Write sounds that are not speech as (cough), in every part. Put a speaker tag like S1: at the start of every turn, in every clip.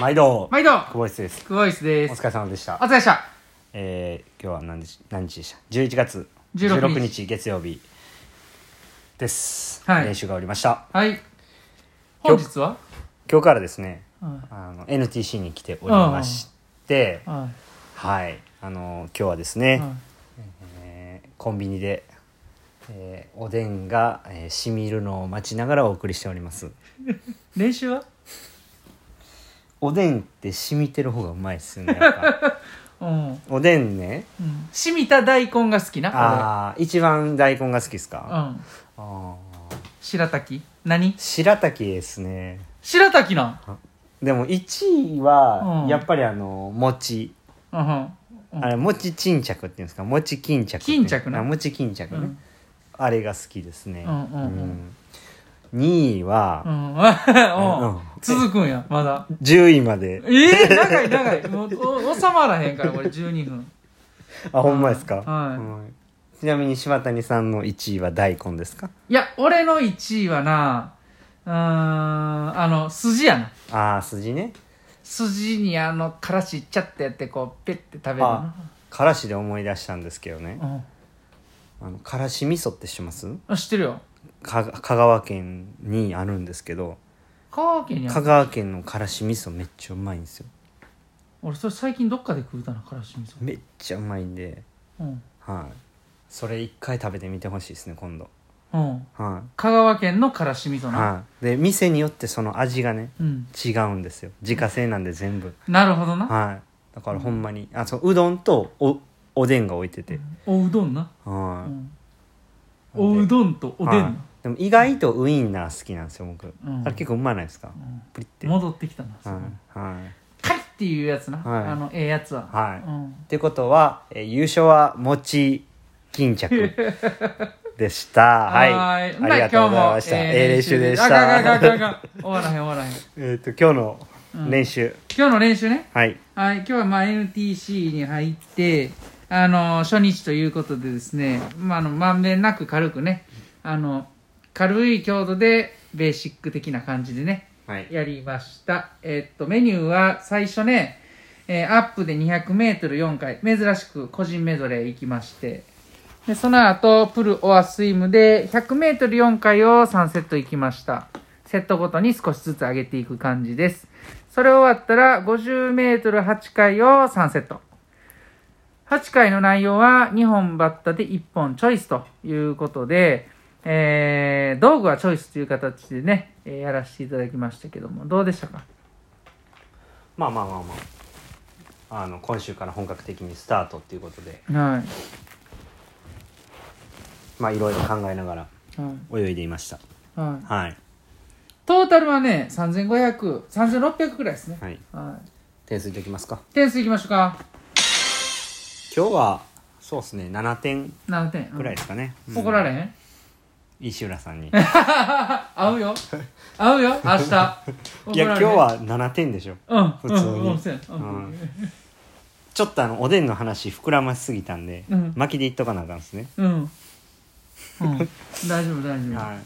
S1: 毎度
S2: 毎度
S1: 久保井です
S2: クボイスで
S1: お
S2: す
S1: 疲れ様でした
S2: お疲れでした
S1: えー、今日は何日何日でした11月
S2: 16
S1: 16日月曜日です、
S2: はい
S1: 練習が終わりました
S2: はい本日は
S1: 今日からですね
S2: は
S1: あの NTC に来ておりまして
S2: いは
S1: はいあの今日はです
S2: い
S1: ね、
S2: は
S1: えーコンビニで、えーおでんが、えー、しみるのを待ちながらお送りしております
S2: い練習は
S1: おでんってしみてる方がうまいっすよねやっ
S2: (laughs)
S1: ぱ
S2: うんうん
S1: おでんね
S2: 染みた大根が好きな
S1: ああ一番大根が好きです
S2: 俺
S1: か、
S2: うん
S1: あー
S2: 白滝何
S1: 白滝ですね
S2: 白滝なん
S1: でも1位は
S2: うん
S1: やっぱりあの餅、
S2: うんうんうん
S1: あれ餅巾着っていうんですか餅巾着って
S2: 巾着な
S1: あ餅巾着ね、
S2: うん
S1: あれが好きですね、
S2: うんうんうん
S1: 2位は
S2: う、んう
S1: うん
S2: ん続くんやまだ
S1: 10位まで
S2: えー、長い長いもうお収まらへんからこれ12分
S1: あほんまですか、
S2: はい
S1: うんちなみに柴谷さんの1位は大根ですか
S2: いや俺の1位はなうーんあの筋やな
S1: ああ筋ね
S2: 筋にあのからしいっちゃってやってこうペッて食べる
S1: あ
S2: な
S1: からしで思い出したんですけどね
S2: うん
S1: あのからし味噌って知ってます
S2: あ知ってるよ
S1: か香川県にあるんですけど
S2: 香川県にあ
S1: 香
S2: る
S1: 川県のからし味噌めっちゃうまいんですよ
S2: 俺それ最近どっかで食うたなからし味噌、
S1: めっちゃうまいんで
S2: うん
S1: はいそれ一回食べてみてほしいですね今度
S2: うん、
S1: は
S2: 香川県のからし味噌
S1: い、
S2: な、
S1: はい、で店によってその味がね
S2: うん
S1: 違うんですよ自家製なんで全部
S2: なるほどな、
S1: はいだからほんまにあそううどんとおおでんが置いてて、
S2: おうどんな、う
S1: は
S2: ん、
S1: いな
S2: お
S1: ん
S2: う
S1: で
S2: どんとおで
S1: は
S2: ん
S1: い
S2: な、
S1: でも意外とウインナー好きなんですよ僕、
S2: うん
S1: あれ結構うまないですか、
S2: ん
S1: プリってはい
S2: 戻ってきたな、そこ
S1: はい
S2: カリッっていうやつな、
S1: はい
S2: あのええやつは、
S1: はい
S2: うん、
S1: ってことは、えー優勝は餅巾着でしたはい
S2: (laughs) はーほんな
S1: あり
S2: ら
S1: がとうございました、
S2: 今日も
S1: えー練習でし
S2: あかんあかんあかんあ
S1: た
S2: かん終わらへん終わらへん
S1: (laughs) えっと今日の練習、
S2: 今日の練習ね
S1: はい
S2: はい、今日はまあ NTC に入って、あの初日ということでですね、まあ、あのまんべんなく軽くね、あの軽い強度でベーシック的な感じでね、
S1: はい
S2: やりました。えっと、メニューは最初ね、えーアップで200メートル4回、珍しく個人メドレー行きまして、で、その後、プルオアスイムで100メートル4回を3セット行きました。セットごとに少しずつ上げていく感じです。それ終わったら50メートル8回を3セット。8回の内容は2本バッタで1本チョイスということで、えー道具はチョイスという形でね、えーやらせていただきましたけども、どうでしたか
S1: まあまあまあまああの今週から本格的にスタートっていうことで
S2: は
S1: まあいろいろ考えながら
S2: い。はい。
S1: 泳いでいました
S2: はい。
S1: はい
S2: トータルはね、3500、3600くらいですね。
S1: はい
S2: はい。
S1: 点数いっておきますか
S2: 点数いきましょうか。
S1: 今日はそうですね7点
S2: 何点
S1: ぐらいですかね、
S2: うん怒られへん
S1: 石浦さ
S2: (laughs)
S1: んにい
S2: 合うよ。合うよ、明日。怒
S1: や
S2: ら
S1: 今
S2: れ
S1: 日
S2: へん、
S1: は7点でしょ
S2: うん、
S1: 普通に
S2: うんうんそうやうん
S1: うんちょっとあのおでんの話膨らましすぎたんで、
S2: うん
S1: 巻きでいっとかなあかんですね、
S2: うん。うん。大丈夫、大丈
S1: はい
S2: 夫。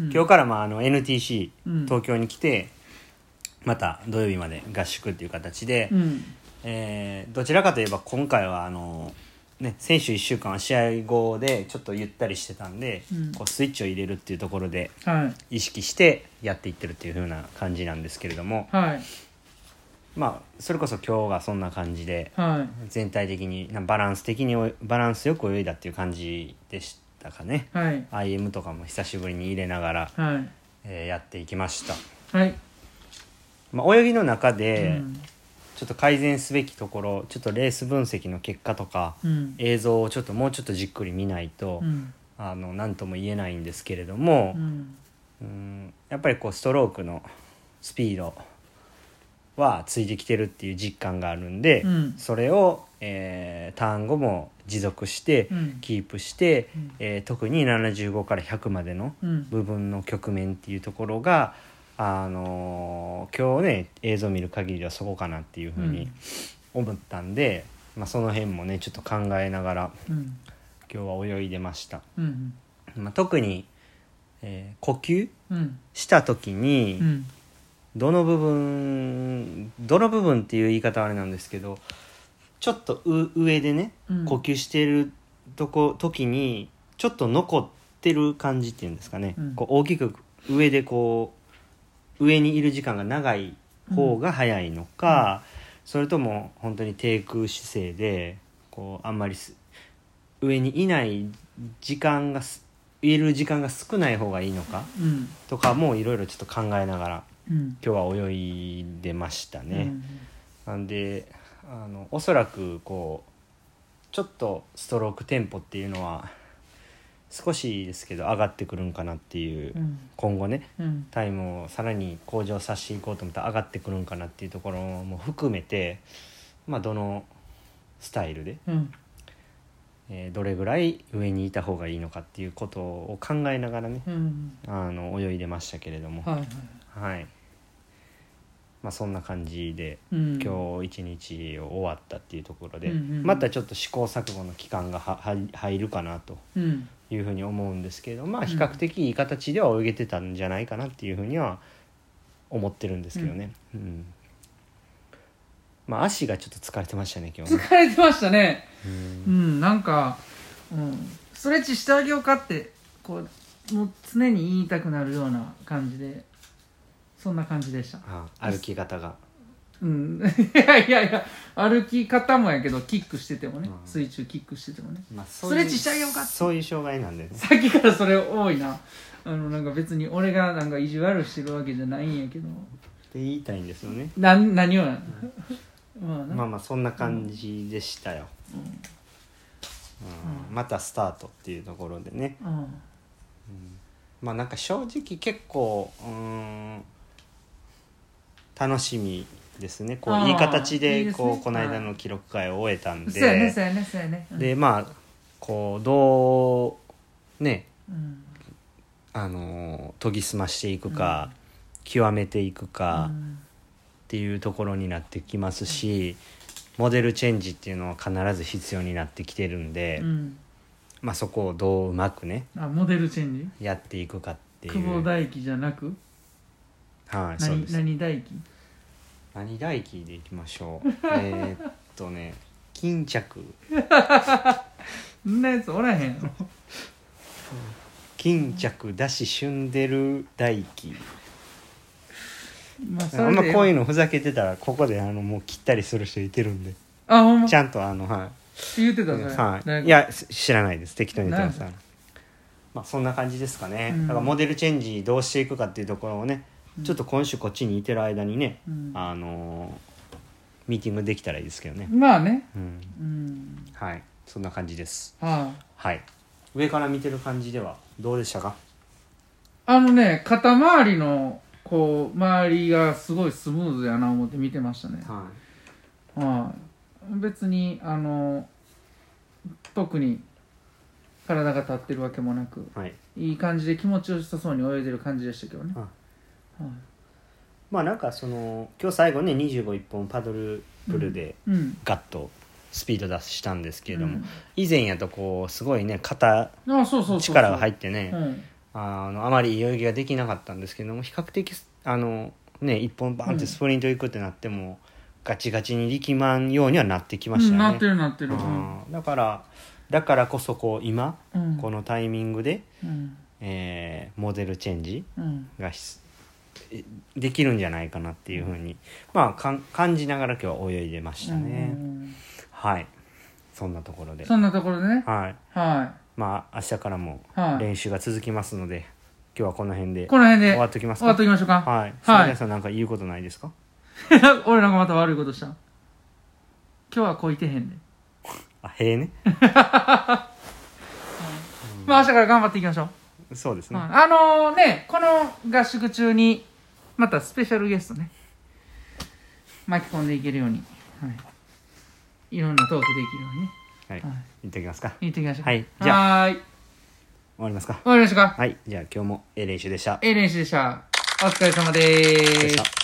S2: うん
S1: 今日からまああの NTC
S2: うん
S1: 東京に来て、また土曜日まで合宿っていう形で、
S2: うん。
S1: えーどちらかといえば今回はあの、ね、選手1週間は試合後でちょっとゆったりしてたんで、
S2: うん
S1: こうスイッチを入れるっていうところで
S2: はい。
S1: 意識してやっていってるっていう風な感じなんですけれども、
S2: はい。
S1: まあ、それこそ今日がそんな感じで
S2: はい。
S1: 全体的になバランス的におバランスよく泳いだっていう感じでしたかね。
S2: はい。
S1: IM とかも久しぶりに入れながら、
S2: はい。
S1: えーやっていきました、
S2: はい。
S1: まあ、泳ぎの中で
S2: うん
S1: ちょっと改善すべきところちょっとレース分析の結果とか、
S2: うん。
S1: 映像をちょっともうちょっとじっくり見ないと、
S2: うん。
S1: あの何とも言えないんですけれども
S2: う、ん。
S1: うんやっぱりこうストロークのスピードはついてきてるっていう実感があるんで、
S2: うん
S1: それを、えーターン後も持続して、
S2: うん
S1: キープして、
S2: うん
S1: えー特に75から100までの
S2: うん。
S1: 部分の局面っていうところが、あのー今日ね映像見る限りはそこかなっていうふうに思ったんで、まあ、その辺もねちょっと考えながら
S2: うん。
S1: 今日は泳いでました、
S2: うん。
S1: まあ、特に、えー呼吸
S2: うん。
S1: した時に、
S2: うん。
S1: どの部分どの部分っていう言い方はあれなんですけどちょっとう上でね
S2: うん
S1: 呼吸してるとこ時にちょっと残ってる感じっていうんですかね、
S2: うん
S1: こう大きく上でこう上にいる時間が長い方が早いのか、それとも本当に低空姿勢でこうあんまりす上にいない時間がすいる時間が少ない方がいいのか
S2: うん
S1: とかもいろいろちょっと考えながら
S2: うん
S1: 今日は泳いでましたね。なんであのおそらくこうちょっとストロークテンポっていうのは少しですけど上がってくるんかなっていう、
S2: うん
S1: 今後ね
S2: うん
S1: タイムをさらに向上させていこうと思ったら上がってくるんかなっていうところも含めて、まあ、どのスタイルで、
S2: うん
S1: えーどれぐらい上にいた方がいいのかっていうことを考えながらね
S2: うん
S1: あの泳いでましたけれども、
S2: はいはい
S1: はいまあ、そんな感じで。
S2: うん
S1: 今日一日を終わったっていうところで、
S2: うんうんうん
S1: またちょっと試行錯誤の期間がはは入るかなと
S2: うん
S1: いうふうに思うんですけれどま
S2: う
S1: あ
S2: ん
S1: 比較的いい形では泳げてたんじゃないかなっていうふうには思ってるんですけどね、うんまあ足がちょっと疲れてましたね今日ね、
S2: 疲れてましたね
S1: うん
S2: うん、なんか、うん、ストレッチしてあげようかってこうもう常に言いたくなるような感じでそんな感じでした、
S1: あ歩き方が
S2: うんいやいやいや歩き方もやけどキックしててもね、
S1: うん
S2: 水中キックしててもね
S1: まあ
S2: ストレッチしてあげようか
S1: そういう障害なんでね
S2: さっきからそれ多いなあのなんか別に俺がなんか意地悪してるわけじゃないんやけど
S1: って言いたいんですよね
S2: なん何をやまあな、
S1: まあまあそんな感じでしたよ、うんまたスタートっていうところでね、
S2: うん
S1: まあなんか正直結構うーん楽しみですねこ
S2: あー
S1: ういい形
S2: いいで
S1: です
S2: ね
S1: こ
S2: はいう
S1: この間の記録会を終えたん
S2: そうやね
S1: で
S2: そうやねそうやねうん
S1: でまあこうどうね
S2: うん
S1: あのー研ぎ澄ましていくか極めていくか
S2: うん
S1: っていうところになってきますしモデルチェンジっていうのは必ず必要になってきてるんで
S2: うん
S1: まあそこをどううまくね
S2: あモデルチェンジ
S1: やっていくかってい
S2: 久保
S1: う。
S2: 大輝じゃなく
S1: はい、そうで
S2: 何
S1: す
S2: 何大輝
S1: 何大輝でいきましょうえーっとね巾着
S2: そんなやつおらへんやろ
S1: 巾着だし旬でる大輝
S2: まあそ
S1: あん
S2: れ
S1: ま
S2: で
S1: こういうのふざけてたらここであのもう切ったりする人いてるんで
S2: あほんま
S1: ちゃんとあのは
S2: 言って
S1: い、
S2: たそれ、
S1: は
S2: なん
S1: い、
S2: か
S1: いやす知らないです適当に言ってます
S2: なん
S1: まあそんな感じですかね、
S2: うん
S1: だからモデルチェンジどうしていくかっていうところをね、
S2: うん
S1: ちょっと今週こっちにいてる間にね、
S2: うん
S1: あのーミーティングできたらいいですけどね、
S2: まあね
S1: うん、
S2: うん
S1: はいそんな感じです
S2: はあ
S1: はい上から見てる感じではどうでしたか
S2: あのね肩周りのこう周りがすごいスムーズやな思って見てましたね、
S1: は
S2: はい別にあの特に体が立ってるわけもなく
S1: い、はい、
S2: いい感じで気持ちよさそうに泳いでる感じでしたけどね、
S1: うん
S2: はい
S1: まあなんかその今日最後ね25一本パドルプルで
S2: うん
S1: ガッとスピード出したんですけれども、
S2: うん
S1: 以前やとこうすごいね肩
S2: あそうそうそうそう
S1: 力が入ってね
S2: うん
S1: あのあまりいい泳ぎができなかったんですけども比較的あのね一本バンってスプリント行くってなっても、ガチガチに力まんようにはなってきまし
S2: うん、
S1: た
S2: な
S1: よ
S2: っ
S1: ね
S2: て、るなってる、うん
S1: あーだからだからこそこう今
S2: うん、
S1: このタイミングで、
S2: うん
S1: えーモデルチェンジ
S2: うん
S1: が必えできるんじゃないかなっていうふうに、まあかん感じながら今日は泳いでましたね、
S2: うん
S1: はいそんなところで
S2: そんなところでね
S1: はい
S2: は
S1: まあ明日からも
S2: いはい
S1: 練習が続きますので、今日はこの辺で
S2: この辺で
S1: 終
S2: 終
S1: わ
S2: わ
S1: っときますか
S2: っときましょうか、
S1: はい、
S2: はい
S1: 皆さんなんか言うことないですか
S2: (laughs) 俺なんかまた悪いことした今日はこいてへんで、
S1: あへえね
S2: まあ明日から頑張っていきましょう、
S1: そうですね、
S2: はいあのねこの合宿中にまたスペシャルゲストね巻き込んでいけるように、はい、いろんなトークできるようにね
S1: はい
S2: はい
S1: 行ってきますか終
S2: 言っていきましょう
S1: はいじゃ
S2: はーい終
S1: わりますか
S2: わりましたか
S1: はいじゃあ今日もええ練習でした
S2: ええ練習でしたお疲れ様で
S1: でし
S2: す
S1: た